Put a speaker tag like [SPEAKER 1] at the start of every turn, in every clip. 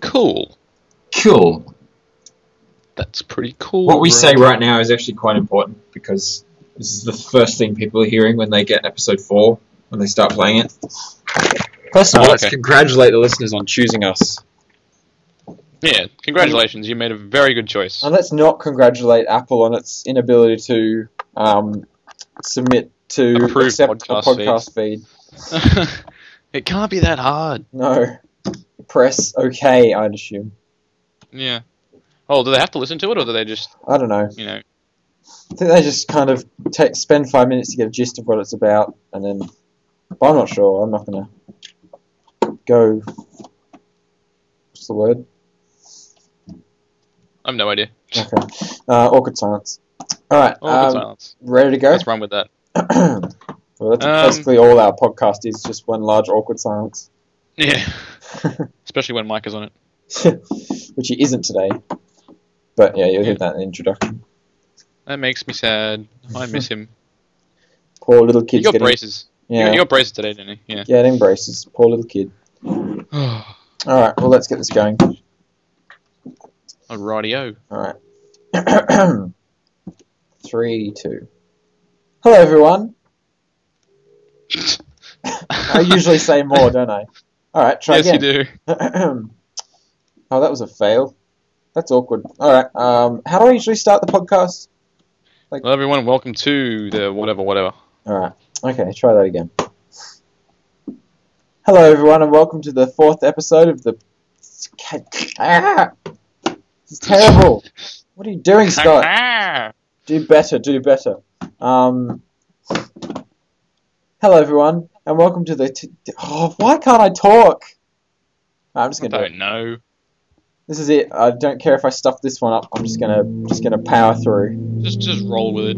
[SPEAKER 1] cool.
[SPEAKER 2] Cool.
[SPEAKER 1] That's pretty cool.
[SPEAKER 2] What we
[SPEAKER 1] bro.
[SPEAKER 2] say right now is actually quite important because this is the first thing people are hearing when they get episode four when they start playing it. First of
[SPEAKER 1] Oh,
[SPEAKER 2] all, let's
[SPEAKER 1] okay.
[SPEAKER 2] congratulate the listeners on choosing us,
[SPEAKER 1] Yeah, congratulations. You made a very good choice.
[SPEAKER 2] and let's not congratulate Apple on its inability to um, submit to
[SPEAKER 1] Approve
[SPEAKER 2] accept
[SPEAKER 1] podcast
[SPEAKER 2] a podcast feed.
[SPEAKER 1] it can't be that hard.
[SPEAKER 2] No, press OK. I'd assume.
[SPEAKER 1] Yeah. Oh, do they have to listen to it, or do they just,
[SPEAKER 2] I don't know.
[SPEAKER 1] you know?
[SPEAKER 2] I think they just kind of take, spend five minutes to get a gist of what it's about, and then. But I'm not sure. I'm not gonna go. What's the word?
[SPEAKER 1] I've no idea.
[SPEAKER 2] Okay. Uh, awkward silence. All right.
[SPEAKER 1] Oh, good
[SPEAKER 2] um,
[SPEAKER 1] silence.
[SPEAKER 2] ready to go?
[SPEAKER 1] Let's run with that.
[SPEAKER 2] well, that's
[SPEAKER 1] Um,
[SPEAKER 2] basically all our podcast is just one large awkward silence,
[SPEAKER 1] Yeah. Especially when Mike is on it.
[SPEAKER 2] which he isn't today. But yeah, you'll hear
[SPEAKER 1] Yeah.
[SPEAKER 2] that in the introduction.
[SPEAKER 1] That makes me sad. I miss him.
[SPEAKER 2] Poor little
[SPEAKER 1] He
[SPEAKER 2] kid's
[SPEAKER 1] got
[SPEAKER 2] getting
[SPEAKER 1] braces. He
[SPEAKER 2] yeah,
[SPEAKER 1] got- He got braces today, didn't he?
[SPEAKER 2] getting braces. Poor little kid.
[SPEAKER 1] Yeah.
[SPEAKER 2] All right. Well, let's get this going.
[SPEAKER 1] Alrighty-o.
[SPEAKER 2] All right. Three, two. Hello, everyone. I usually say more, don't I? All right, try
[SPEAKER 1] yes,
[SPEAKER 2] again.
[SPEAKER 1] you do.
[SPEAKER 2] oh, that was a fail. That's awkward. All right. Um, how do I usually start the podcast?
[SPEAKER 1] Hello, everyone. Welcome to the whatever, whatever.
[SPEAKER 2] All right. Okay, try that again. Hello, everyone, and welcome to the fourth episode of the. Ah, this is terrible. What are you doing, Scott? Do better. Do better. Um. Hello, everyone, and welcome to the. T- t- oh, why can't I talk? I'm just
[SPEAKER 1] I
[SPEAKER 2] gonna. do
[SPEAKER 1] don't
[SPEAKER 2] it.
[SPEAKER 1] know.
[SPEAKER 2] This is it. I don't care if I stuff this one up. I'm just gonna just gonna power through.
[SPEAKER 1] Just, just roll with it.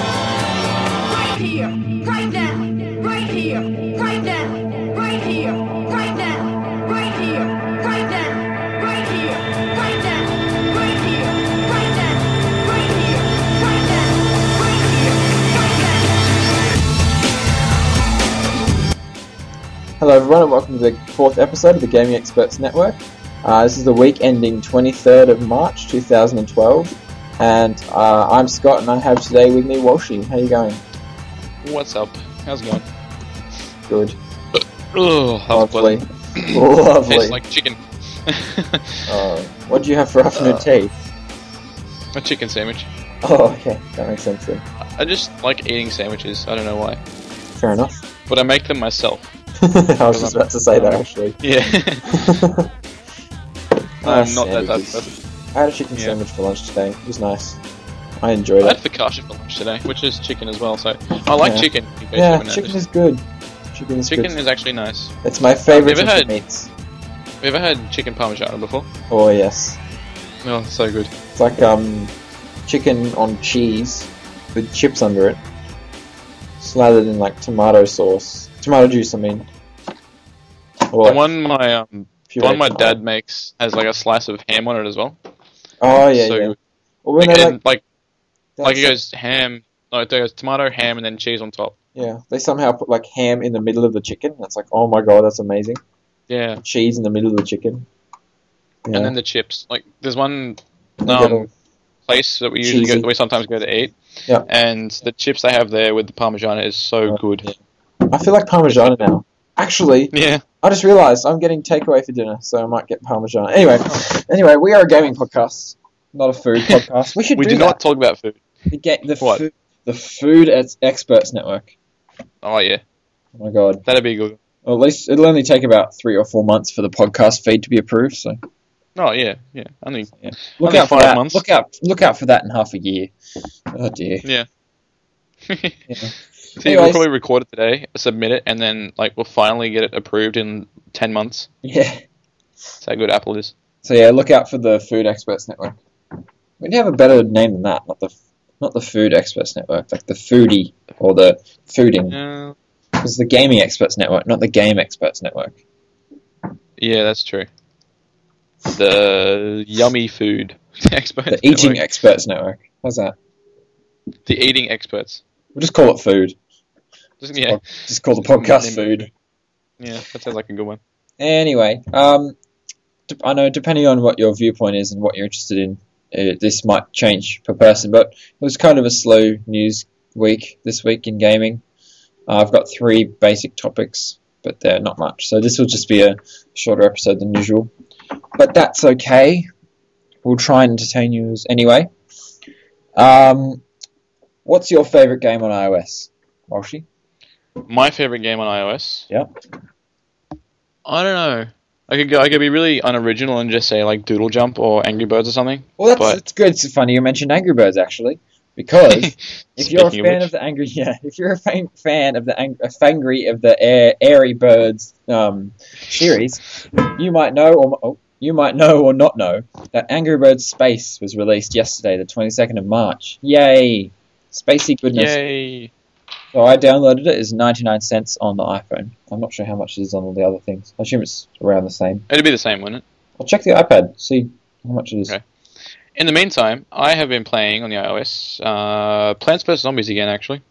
[SPEAKER 3] right here, right now, right here, right now, right here, right now, right here, right now, right here, right now, right here, right now, right here, right now, right here, right now.
[SPEAKER 2] Hello everyone, and welcome to the fourth episode of the Gaming Experts Network. Uh, this is the week ending 23rd of March 2012, and uh, I'm Scott, and I have today with me Walshy. How you going?
[SPEAKER 1] What's up? How's it going?
[SPEAKER 2] Good.
[SPEAKER 1] Oh, that was
[SPEAKER 2] Lovely.
[SPEAKER 1] pleasant.
[SPEAKER 2] Lovely.
[SPEAKER 1] Tastes like chicken.
[SPEAKER 2] Uh, what do you have for afternoon
[SPEAKER 1] Uh.
[SPEAKER 2] tea?
[SPEAKER 1] A chicken sandwich.
[SPEAKER 2] Oh, okay, that makes sense then.
[SPEAKER 1] I just like eating sandwiches. I don't know why,
[SPEAKER 2] Fair enough.
[SPEAKER 1] but I make them myself.
[SPEAKER 2] I was just about to say that actually.
[SPEAKER 1] Yeah. I'm not that type of
[SPEAKER 2] Sandwiches.
[SPEAKER 1] person.
[SPEAKER 2] I had a chicken
[SPEAKER 1] Yeah.
[SPEAKER 2] sandwich for lunch today. It was nice. I enjoyed
[SPEAKER 1] I had
[SPEAKER 2] it.
[SPEAKER 1] focaccia for lunch today, which is chicken as well. So I like
[SPEAKER 2] Yeah.
[SPEAKER 1] chicken. In case you
[SPEAKER 2] Yeah,
[SPEAKER 1] haven't
[SPEAKER 2] chicken
[SPEAKER 1] noticed.
[SPEAKER 2] is good. Chicken is
[SPEAKER 1] chicken
[SPEAKER 2] good.
[SPEAKER 1] is actually nice.
[SPEAKER 2] It's my
[SPEAKER 1] I've
[SPEAKER 2] favorite of
[SPEAKER 1] never
[SPEAKER 2] the
[SPEAKER 1] had-
[SPEAKER 2] meats.
[SPEAKER 1] Have you ever had chicken parmigiano before?
[SPEAKER 2] Oh yes,
[SPEAKER 1] Oh, so good.
[SPEAKER 2] it's like um, chicken on cheese with chips under it, slathered in like tomato sauce, tomato juice. I mean, or
[SPEAKER 1] The
[SPEAKER 2] like
[SPEAKER 1] one my um, the
[SPEAKER 2] puree
[SPEAKER 1] one my
[SPEAKER 2] tomato.
[SPEAKER 1] dad makes has like a slice of ham on it as well.
[SPEAKER 2] Oh yeah,
[SPEAKER 1] so
[SPEAKER 2] yeah.
[SPEAKER 1] Like,
[SPEAKER 2] Or when they
[SPEAKER 1] and, like,
[SPEAKER 2] they
[SPEAKER 1] like it goes ham. Like it goes tomato, ham, and then cheese on top.
[SPEAKER 2] yeah, they somehow put like ham in the middle of the chicken. That's like, oh my god, that's amazing.
[SPEAKER 1] Yeah.
[SPEAKER 2] Cheese in the middle of the chicken. Yeah.
[SPEAKER 1] and then the chips. Like there's one
[SPEAKER 2] They get all-
[SPEAKER 1] um, place that we usually
[SPEAKER 2] Cheesy.
[SPEAKER 1] go, we sometimes go to eat,
[SPEAKER 2] Yeah.
[SPEAKER 1] and the chips they have there with the parmesan is so
[SPEAKER 2] Oh,
[SPEAKER 1] good. um,
[SPEAKER 2] I feel like Parmesan now. Actually,
[SPEAKER 1] Yeah,
[SPEAKER 2] I just realised I'm getting takeaway for dinner, so I might get parmesan. Anyway, anyway, we are a gaming podcast, not a food podcast. We should
[SPEAKER 1] we
[SPEAKER 2] do,
[SPEAKER 1] do
[SPEAKER 2] that.
[SPEAKER 1] not talk about food.
[SPEAKER 2] the, ga- the
[SPEAKER 1] What?
[SPEAKER 2] food, the food ex- experts network.
[SPEAKER 1] Oh yeah,
[SPEAKER 2] Oh my god!
[SPEAKER 1] that'd be good.
[SPEAKER 2] Well, at least it'll only take about three or four months for the podcast feed to be approved. So
[SPEAKER 1] Oh yeah, yeah. I think
[SPEAKER 2] look
[SPEAKER 1] Only
[SPEAKER 2] out for
[SPEAKER 1] five
[SPEAKER 2] that.
[SPEAKER 1] months.
[SPEAKER 2] Look out! Look out for that in half a year. Oh dear.
[SPEAKER 1] yeah.
[SPEAKER 2] Yeah.
[SPEAKER 1] See, we'll
[SPEAKER 2] Anyways.
[SPEAKER 1] probably record it today, submit it, and then like we'll finally get it approved in ten months.
[SPEAKER 2] Yeah.
[SPEAKER 1] That's how good Apple is.
[SPEAKER 2] So yeah, look out for the Food Experts Network. We'd have a better name than that, not the not the Food Experts Network, like the Foodie or the Fooding.
[SPEAKER 1] Yeah,
[SPEAKER 2] It's the Gaming Experts Network, not the Game Experts Network.
[SPEAKER 1] yeah that's true. The yummy food experts.
[SPEAKER 2] The Eating
[SPEAKER 1] network.
[SPEAKER 2] Experts Network. How's that?
[SPEAKER 1] the eating experts.
[SPEAKER 2] We'll just call it Food.
[SPEAKER 1] Doesn't- Yeah,
[SPEAKER 2] Just call the podcast Food.
[SPEAKER 1] yeah, that sounds like a good one.
[SPEAKER 2] Anyway, um, de- I know depending on what your viewpoint is and what you're interested in, uh, this might change per person. But it was kind of a slow news week this week in gaming. Uh, I've got three basic topics, but they're not much. So this will just be a shorter episode than usual. But that's okay. We'll try and entertain you as- anyway. Um, what's your favorite game on iOS, Walshy?
[SPEAKER 1] My favorite game on iOS.
[SPEAKER 2] Yeah.
[SPEAKER 1] I don't know. I could go. I could be really unoriginal and just say like Doodle Jump or Angry Birds or something.
[SPEAKER 2] Well, that's,
[SPEAKER 1] But-
[SPEAKER 2] it's good. It's funny you mentioned Angry Birds actually, because if you're a
[SPEAKER 1] Speaking
[SPEAKER 2] fan of,
[SPEAKER 1] which-
[SPEAKER 2] the angry, yeah, if you're a fan, fan of the ang- a fangry of the air, airy birds um, series, you might know or oh, you might know or not know that Angry Birds Space was released yesterday, the 22nd of March. Yay, spacey goodness!
[SPEAKER 1] Yay!
[SPEAKER 2] So I downloaded it. It's 99 cents on the iPhone. I'm not sure how much it is on all the other things. I assume it's around the same.
[SPEAKER 1] It'd be the same, wouldn't it?
[SPEAKER 2] I'll check the iPad, see how much it is.
[SPEAKER 1] Okay. In the meantime, I have been playing on the iOS uh, Plants vs Zombies again, actually.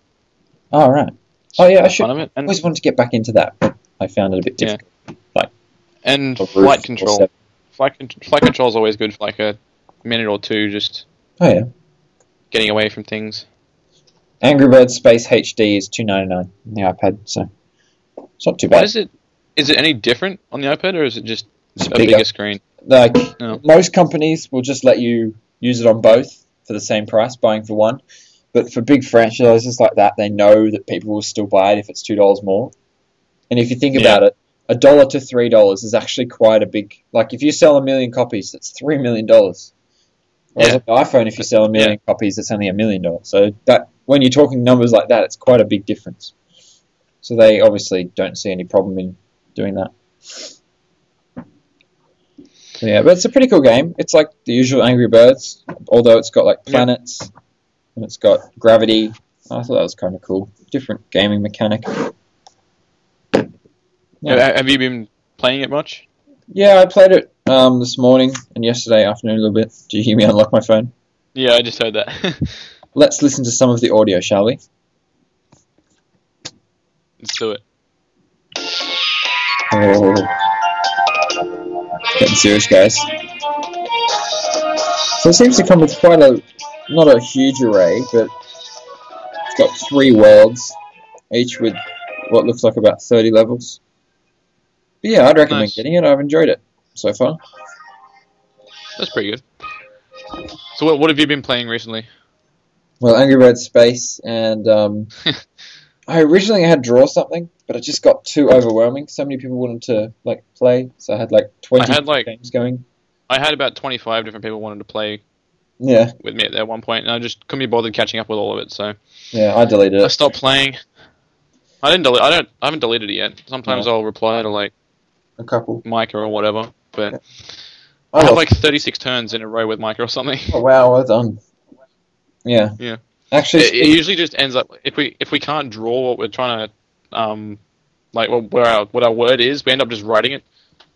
[SPEAKER 2] Oh, all right. Oh yeah, I should.
[SPEAKER 1] Fun of it,
[SPEAKER 2] I
[SPEAKER 1] and,
[SPEAKER 2] always wanted to get back into that, but I found it a bit
[SPEAKER 1] Yeah.
[SPEAKER 2] difficult.
[SPEAKER 1] and
[SPEAKER 2] Or
[SPEAKER 1] flight
[SPEAKER 2] Ruth or
[SPEAKER 1] control.
[SPEAKER 2] Seven.
[SPEAKER 1] Flight, con- flight control is always good for like a minute or two, just
[SPEAKER 2] Oh yeah.
[SPEAKER 1] getting away from things.
[SPEAKER 2] Angry Birds Space HD is two ninety nine on the iPad, so it's not too
[SPEAKER 1] What
[SPEAKER 2] bad.
[SPEAKER 1] is it? Is it any different on the iPad, or is it just
[SPEAKER 2] It's
[SPEAKER 1] a
[SPEAKER 2] bigger.
[SPEAKER 1] bigger screen?
[SPEAKER 2] Like
[SPEAKER 1] No.
[SPEAKER 2] most companies will just let you use it on both for the same price, buying for one. But for big franchises like that, they know that people will still buy it if it's two dollars more. And if you think
[SPEAKER 1] Yeah.
[SPEAKER 2] about it, a dollar to three dollars is actually quite a big. Like if you sell a million copies, that's three million dollars. Whereas
[SPEAKER 1] Yeah.
[SPEAKER 2] on the iPhone, if you sell a million copies, it's only a million dollars. So that when you're talking numbers like that, it's quite a big difference. So they obviously don't see any problem in doing that. So yeah, but it's a pretty cool game. It's like the usual Angry Birds, although it's got like
[SPEAKER 1] Yeah.
[SPEAKER 2] planets and it's got gravity. I thought that was kind of cool. Different gaming mechanic. No.
[SPEAKER 1] Ha- Have you been playing it much?
[SPEAKER 2] Yeah, I played it um, this morning and yesterday afternoon a little bit. Do you hear me unlock my phone?
[SPEAKER 1] Yeah, I just heard that.
[SPEAKER 2] Let's listen to some of the audio, shall we?
[SPEAKER 1] Let's do it.
[SPEAKER 2] Oh. Getting serious, guys. So it seems to come with quite a, not a huge array, but it's got three worlds, each with what looks like about 30 levels. But yeah, I'd recommend
[SPEAKER 1] Nice.
[SPEAKER 2] getting it. I've enjoyed it so far.
[SPEAKER 1] That's pretty good. So, what, what have you been playing recently?
[SPEAKER 2] Well, Angry Birds Space, and um, I originally had Draw Something, but it just got too overwhelming. So many people wanted to like play, so I had like 20
[SPEAKER 1] I had, like-
[SPEAKER 2] games going.
[SPEAKER 1] I had about 25 different people wanted to play
[SPEAKER 2] Yeah,
[SPEAKER 1] with me at one point, and I just couldn't be bothered catching up with all of it, so
[SPEAKER 2] yeah, I deleted
[SPEAKER 1] I
[SPEAKER 2] it.
[SPEAKER 1] stopped playing. I didn't delete. I don't. I haven't deleted it yet. Sometimes I'll reply to like
[SPEAKER 2] A couple.
[SPEAKER 1] Micah or whatever, but
[SPEAKER 2] Oh,
[SPEAKER 1] I had like 36 turns in a row with Micah or something.
[SPEAKER 2] oh, wow, well done. Yeah.
[SPEAKER 1] Yeah.
[SPEAKER 2] Actually,
[SPEAKER 1] it, it usually just ends up if we if we can't draw what we're trying to, um, like what, where our what our word is, we end up just writing it.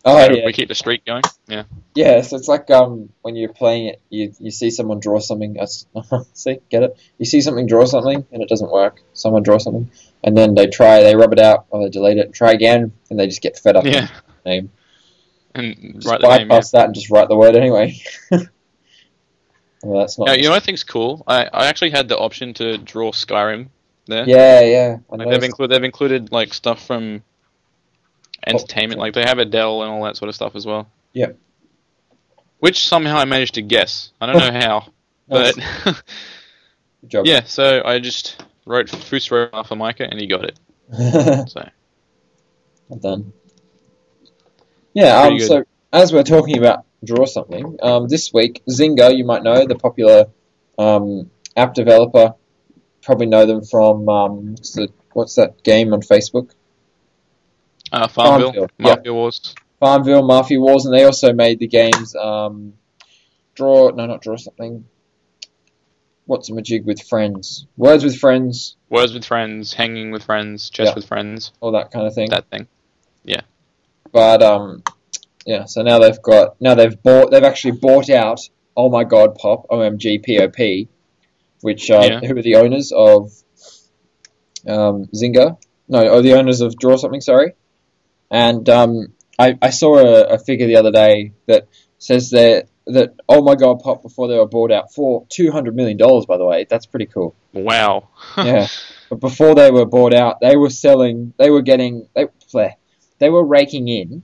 [SPEAKER 2] oh
[SPEAKER 1] so
[SPEAKER 2] yeah,
[SPEAKER 1] We keep the streak going. Yeah.
[SPEAKER 2] yeah. So it's like um when you're playing it, you you see someone draw something. that's- see, get it? You see something draw something, and it doesn't work. Someone draw something, and then they try, they rub it out, or they delete it, try again, and they just get fed up.
[SPEAKER 1] Yeah.
[SPEAKER 2] with the name.
[SPEAKER 1] And
[SPEAKER 2] just
[SPEAKER 1] write the name. Yeah.
[SPEAKER 2] bypass that and just write the word anyway. well, that's not.
[SPEAKER 1] Now, you know what I think's cool? I, I actually had the option to draw Skyrim there.
[SPEAKER 2] yeah, yeah. I
[SPEAKER 1] Like, they've
[SPEAKER 2] noticed.
[SPEAKER 1] included they've included like stuff from
[SPEAKER 2] Oh.
[SPEAKER 1] entertainment, like they have Adele and all that sort of stuff as well.
[SPEAKER 2] Yep.
[SPEAKER 1] Which somehow I managed to guess. I don't know how, but
[SPEAKER 2] Good job.
[SPEAKER 1] yeah. So I just wrote Fusro Alpha Micah and he got it.
[SPEAKER 2] well
[SPEAKER 1] So
[SPEAKER 2] done. Yeah. Um,
[SPEAKER 1] Pretty good.
[SPEAKER 2] so as we're talking about draw something, um, this week Zynga, you might know the popular um, app developer probably know them from um, what's, the, what's that game on Facebook?
[SPEAKER 1] Uh, Farmville,
[SPEAKER 2] Farmville,
[SPEAKER 1] Farmville,
[SPEAKER 2] yeah.
[SPEAKER 1] Wars.
[SPEAKER 2] Farmville, Mafia Wars, and they also made the games um, Draw. No, not Draw something. What's a majig with friends? Words with friends,
[SPEAKER 1] Words with friends, hanging with friends, chess
[SPEAKER 2] Yeah.
[SPEAKER 1] with friends,
[SPEAKER 2] all that kind of thing.
[SPEAKER 1] that thing.
[SPEAKER 2] But um, yeah. So now they've got now they've bought they've actually bought out. Oh my God, Pop, OMG, POP, which uh,
[SPEAKER 1] Yeah.
[SPEAKER 2] who are the owners of um, Zynga? No, are the owners of Draw Something? Sorry. And um, I I saw a, a figure the other day that says that that oh my God, Pop before they were bought out for two hundred million dollars. By the way, that's pretty cool
[SPEAKER 1] Wow.
[SPEAKER 2] yeah. But before they were bought out, they were selling, they were getting, they, bleh, they were raking in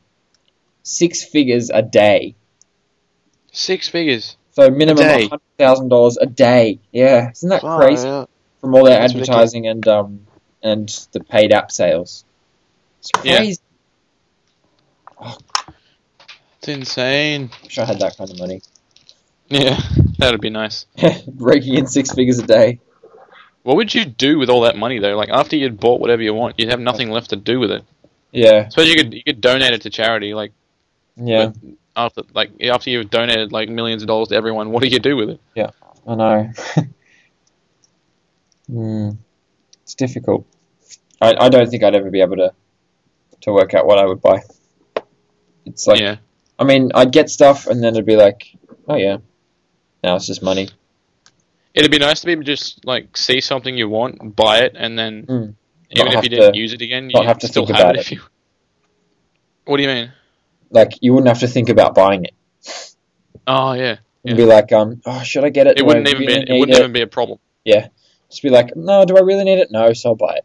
[SPEAKER 2] six figures a day.
[SPEAKER 1] Six figures.
[SPEAKER 2] So minimum
[SPEAKER 1] A day?
[SPEAKER 2] $100,000 a day. Yeah. Isn't that
[SPEAKER 1] Far
[SPEAKER 2] crazy?
[SPEAKER 1] out.
[SPEAKER 2] From all their
[SPEAKER 1] That's
[SPEAKER 2] advertising and, um, and the paid app sales. It's
[SPEAKER 1] Yeah.
[SPEAKER 2] crazy.
[SPEAKER 1] It's insane.
[SPEAKER 2] Wish I had that kind of money.
[SPEAKER 1] Yeah, that'd be nice.
[SPEAKER 2] raking in six figures a day.
[SPEAKER 1] What would you do with all that money though? Like after you'd bought whatever you want, you'd have nothing left to do with it.
[SPEAKER 2] Yeah.
[SPEAKER 1] Suppose you could you could donate it to charity. Like
[SPEAKER 2] Yeah.
[SPEAKER 1] but after like after you've donated like millions of dollars to everyone, what do you do with it?
[SPEAKER 2] I know. Hmm. It's difficult. I, I don't think I'd ever be able to to work out what I would buy. It's like
[SPEAKER 1] yeah,
[SPEAKER 2] I mean I'd get stuff and then it'd be like, oh yeah, now it's just money.
[SPEAKER 1] it'd be nice to be able to just like see something you want, buy it, and then
[SPEAKER 2] Mm.
[SPEAKER 1] even
[SPEAKER 2] have
[SPEAKER 1] if you didn't
[SPEAKER 2] to-
[SPEAKER 1] use it again, you
[SPEAKER 2] not have to
[SPEAKER 1] still
[SPEAKER 2] think
[SPEAKER 1] have
[SPEAKER 2] about
[SPEAKER 1] it. If you... What do you mean?
[SPEAKER 2] Like you wouldn't have to think about buying it.
[SPEAKER 1] Oh yeah,
[SPEAKER 2] You'd be like, um, oh, should I get it?
[SPEAKER 1] it
[SPEAKER 2] Do I
[SPEAKER 1] wouldn't even be
[SPEAKER 2] really
[SPEAKER 1] it
[SPEAKER 2] need
[SPEAKER 1] wouldn't even be a problem.
[SPEAKER 2] Yeah, just be like, no, do I really need it? No, so I'll buy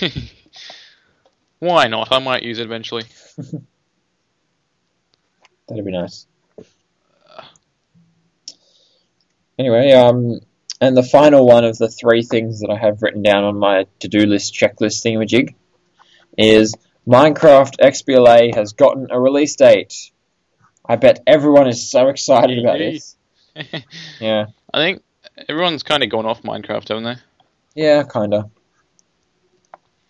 [SPEAKER 2] it.
[SPEAKER 1] Why not? I might use it eventually.
[SPEAKER 2] That'd be nice. Anyway, um, and the final one of the three things that I have written down on my to-do list checklist thingamajig is Minecraft XBLA has gotten a release date. I bet everyone is so excited about
[SPEAKER 1] Yay.
[SPEAKER 2] this.
[SPEAKER 1] I
[SPEAKER 2] Yeah,
[SPEAKER 1] think everyone's kind of gone off Minecraft, haven't they?
[SPEAKER 2] yeah, kinda.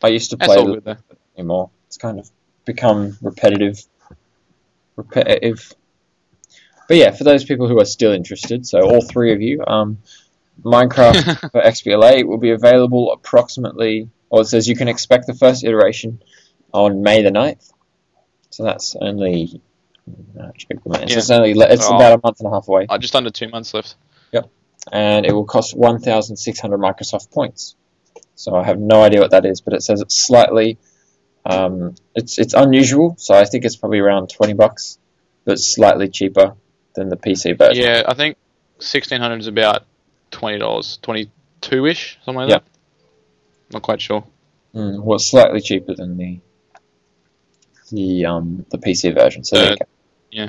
[SPEAKER 2] I used to
[SPEAKER 1] That's
[SPEAKER 2] play
[SPEAKER 1] all good
[SPEAKER 2] it
[SPEAKER 1] though.
[SPEAKER 2] anymore. It's kind of become repetitive. Repetitive. But yeah, for those people who are still interested, so all three of you, um, Minecraft for XBLA will be available approximately, or it says you can expect the first iteration on May the 9th. So that's only. uh, No, it's April, May. So it's only le- it's
[SPEAKER 1] Oh.
[SPEAKER 2] about a month and a half away,
[SPEAKER 1] Uh, just under two months left.
[SPEAKER 2] and it will cost 1,600 Microsoft points. So I have no idea what that is, but it says it's slightly, um, it's it's unusual. So I think it's probably around 20 bucks, but slightly cheaper than the PC version.
[SPEAKER 1] Yeah, I think sixteen hundred is about twenty dollars, twenty two ish, something like
[SPEAKER 2] Yep.
[SPEAKER 1] that. Not quite sure.
[SPEAKER 2] Mm, well, it's slightly cheaper than the the um the PC version. So there you
[SPEAKER 1] Uh,
[SPEAKER 2] go.
[SPEAKER 1] yeah.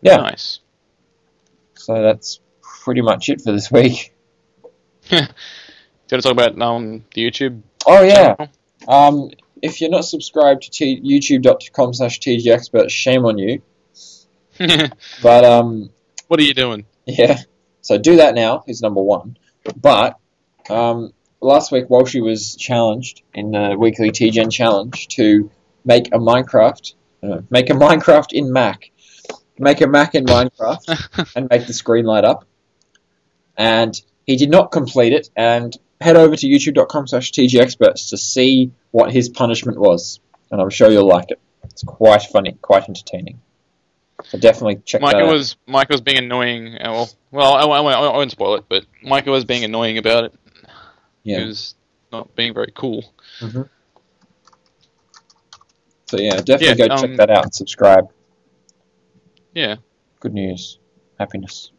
[SPEAKER 2] Yeah.
[SPEAKER 1] Nice.
[SPEAKER 2] So that's pretty much it for this week.
[SPEAKER 1] Do you want to talk about um the YouTube?
[SPEAKER 2] Oh yeah.
[SPEAKER 1] channel?
[SPEAKER 2] Um, if you're not subscribed to t- youtube.com slash tgexpert, shame on you. But um,
[SPEAKER 1] what are you doing?
[SPEAKER 2] yeah. So do that now is number one. But um, last week Walshy was challenged in the weekly TGen challenge to make a Minecraft, uh, make a Minecraft in Mac, make a Mac in Minecraft. and make the screen light up. And he did not complete it. And head over to youtube.com slash tgexperts to see what his punishment was. And I'm sure you'll like it. It's quite funny, quite entertaining. So definitely check that
[SPEAKER 1] Micah
[SPEAKER 2] out.
[SPEAKER 1] was Micah was being annoying. uh, Well, well, I, won't- I, won't- I won't spoil it, but Micah was being annoying about it. He
[SPEAKER 2] yeah.
[SPEAKER 1] was not being very cool.
[SPEAKER 2] So yeah, definitely
[SPEAKER 1] Yeah,
[SPEAKER 2] go check
[SPEAKER 1] um,
[SPEAKER 2] that out and subscribe.
[SPEAKER 1] Yeah,
[SPEAKER 2] Good news. Happiness.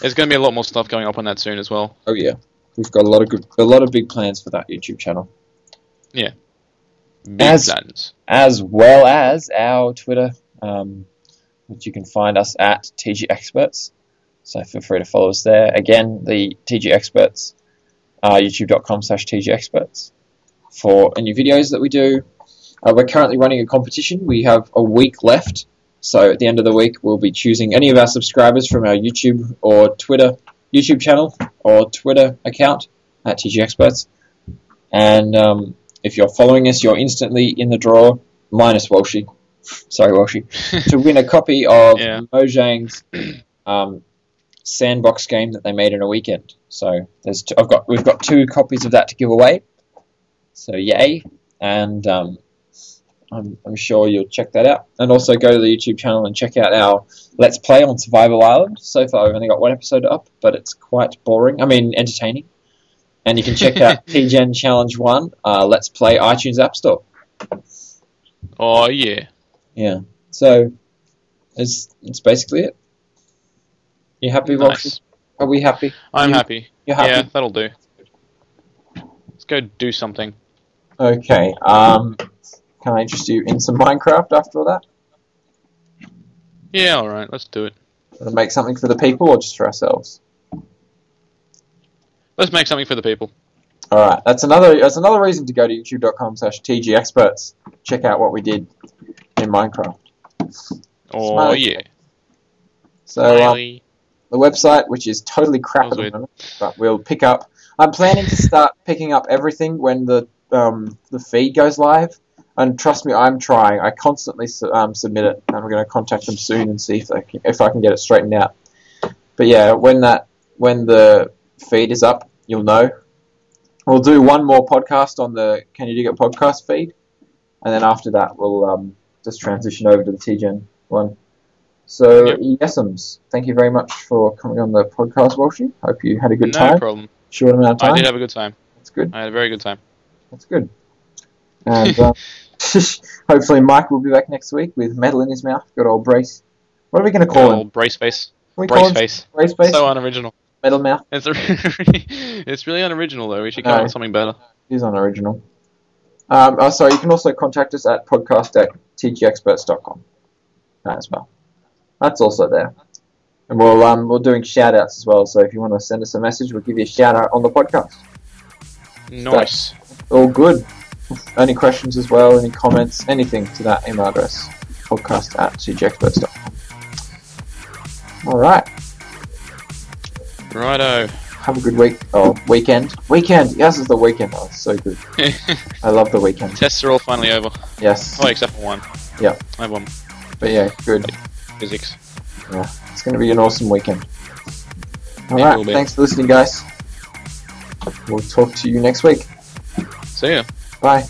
[SPEAKER 1] there's going to be a lot more stuff going up on that soon as well.
[SPEAKER 2] Oh yeah. We've got a lot of good a lot of big plans for that YouTube channel.
[SPEAKER 1] Big
[SPEAKER 2] As-
[SPEAKER 1] plans.
[SPEAKER 2] as well as our Twitter, um, which you can find us at TG Experts. So feel free to follow us there. Again, the TG Experts, uh, youtube.com slash TG Experts for any videos that we do. Uh, we're currently running a competition. We have a week left. So at the end of the week, we'll be choosing any of our subscribers from our YouTube or Twitter YouTube channel or Twitter account at TG Experts. And um, if you're following us, you're instantly in the draw, minus Walshy. Sorry, Walshy. to win a copy of
[SPEAKER 1] Yeah.
[SPEAKER 2] Mojang's um, sandbox game that they made in a weekend. So there's t- I've got we've got two copies of that to give away. So yay! And um, I'm, I'm sure you'll check that out. And also go to the YouTube channel and check out our Let's Play on Survival Island. So far, I've only got one episode up, but it's quite boring. I mean, entertaining. And you can check out TGen Challenge 1, uh, Let's Play iTunes App Store.
[SPEAKER 1] oh yeah.
[SPEAKER 2] Yeah. So, it's, it's basically it. You happy, Walsh?
[SPEAKER 1] Nice.
[SPEAKER 2] Are we happy?
[SPEAKER 1] I'm
[SPEAKER 2] You-
[SPEAKER 1] happy.
[SPEAKER 2] You're happy?
[SPEAKER 1] Yeah, that'll do. Let's go do something.
[SPEAKER 2] Okay. Um, can I interest you in some Minecraft after all that?
[SPEAKER 1] Yeah, all right. Let's do it.
[SPEAKER 2] Want to make something for the people or just for ourselves?
[SPEAKER 1] Let's make something for the people.
[SPEAKER 2] All right. That's another. That's another reason to go to YouTube.com/tgexperts. Check out what we did in Minecraft.
[SPEAKER 1] Oh
[SPEAKER 2] Smiley.
[SPEAKER 1] yeah.
[SPEAKER 2] So um,
[SPEAKER 1] Smiley.
[SPEAKER 2] the website, which is totally
[SPEAKER 1] That
[SPEAKER 2] crap at
[SPEAKER 1] was
[SPEAKER 2] the
[SPEAKER 1] weird.
[SPEAKER 2] moment, but we'll pick up. I'm planning to start picking up everything when the um, the feed goes live. And trust me, I'm trying. I constantly su- um, submit it, and we're going to contact them soon and see if I can, if I can get it straightened out. But yeah, when that when the feed is up, you'll know. We'll do one more podcast on the Can You Dig It podcast feed, and then after that, we'll um, just transition over to the TGen one. So,
[SPEAKER 1] Yep.
[SPEAKER 2] yesums, thank you very much for coming on the podcast, Walshy. Hope you had a good
[SPEAKER 1] no
[SPEAKER 2] time.
[SPEAKER 1] problem.
[SPEAKER 2] Short amount of
[SPEAKER 1] I
[SPEAKER 2] time.
[SPEAKER 1] did have a good time.
[SPEAKER 2] That's good.
[SPEAKER 1] I had a very good time.
[SPEAKER 2] That's good. And um, hopefully Mike will be back next week with metal in his mouth. Good old brace. What are we going to call him?
[SPEAKER 1] Old brace face.
[SPEAKER 2] Can we call
[SPEAKER 1] Brace
[SPEAKER 2] him
[SPEAKER 1] face.
[SPEAKER 2] brace face?
[SPEAKER 1] So unoriginal.
[SPEAKER 2] metal mouth.
[SPEAKER 1] It's really, it's really unoriginal though. We should come
[SPEAKER 2] No.
[SPEAKER 1] up with something better.
[SPEAKER 2] He's unoriginal. Um, oh, sorry, you can also contact us at podcast.tgexperts.com uh, as well. That's also there. And we'll, um, we're doing shout outs as well, so if you want to send us a message, we'll give you a shout out on the podcast.
[SPEAKER 1] Nice.
[SPEAKER 2] All good. Any questions as well, any comments, anything to that email address podcast at tgexperts.com. All right.
[SPEAKER 1] Righto.
[SPEAKER 2] Have a good week. Oh, weekend. Weekend. Yes, it's the weekend. Oh, it's so good. I love the weekend.
[SPEAKER 1] Tests are all finally over.
[SPEAKER 2] Yes.
[SPEAKER 1] Oh, except for one.
[SPEAKER 2] Yeah.
[SPEAKER 1] I have one.
[SPEAKER 2] But yeah, good.
[SPEAKER 1] Physics.
[SPEAKER 2] Yeah, it's going to be an awesome weekend. All
[SPEAKER 1] It
[SPEAKER 2] right,
[SPEAKER 1] will be.
[SPEAKER 2] thanks for listening, guys. We'll talk to you next week.
[SPEAKER 1] See ya.
[SPEAKER 2] Bye.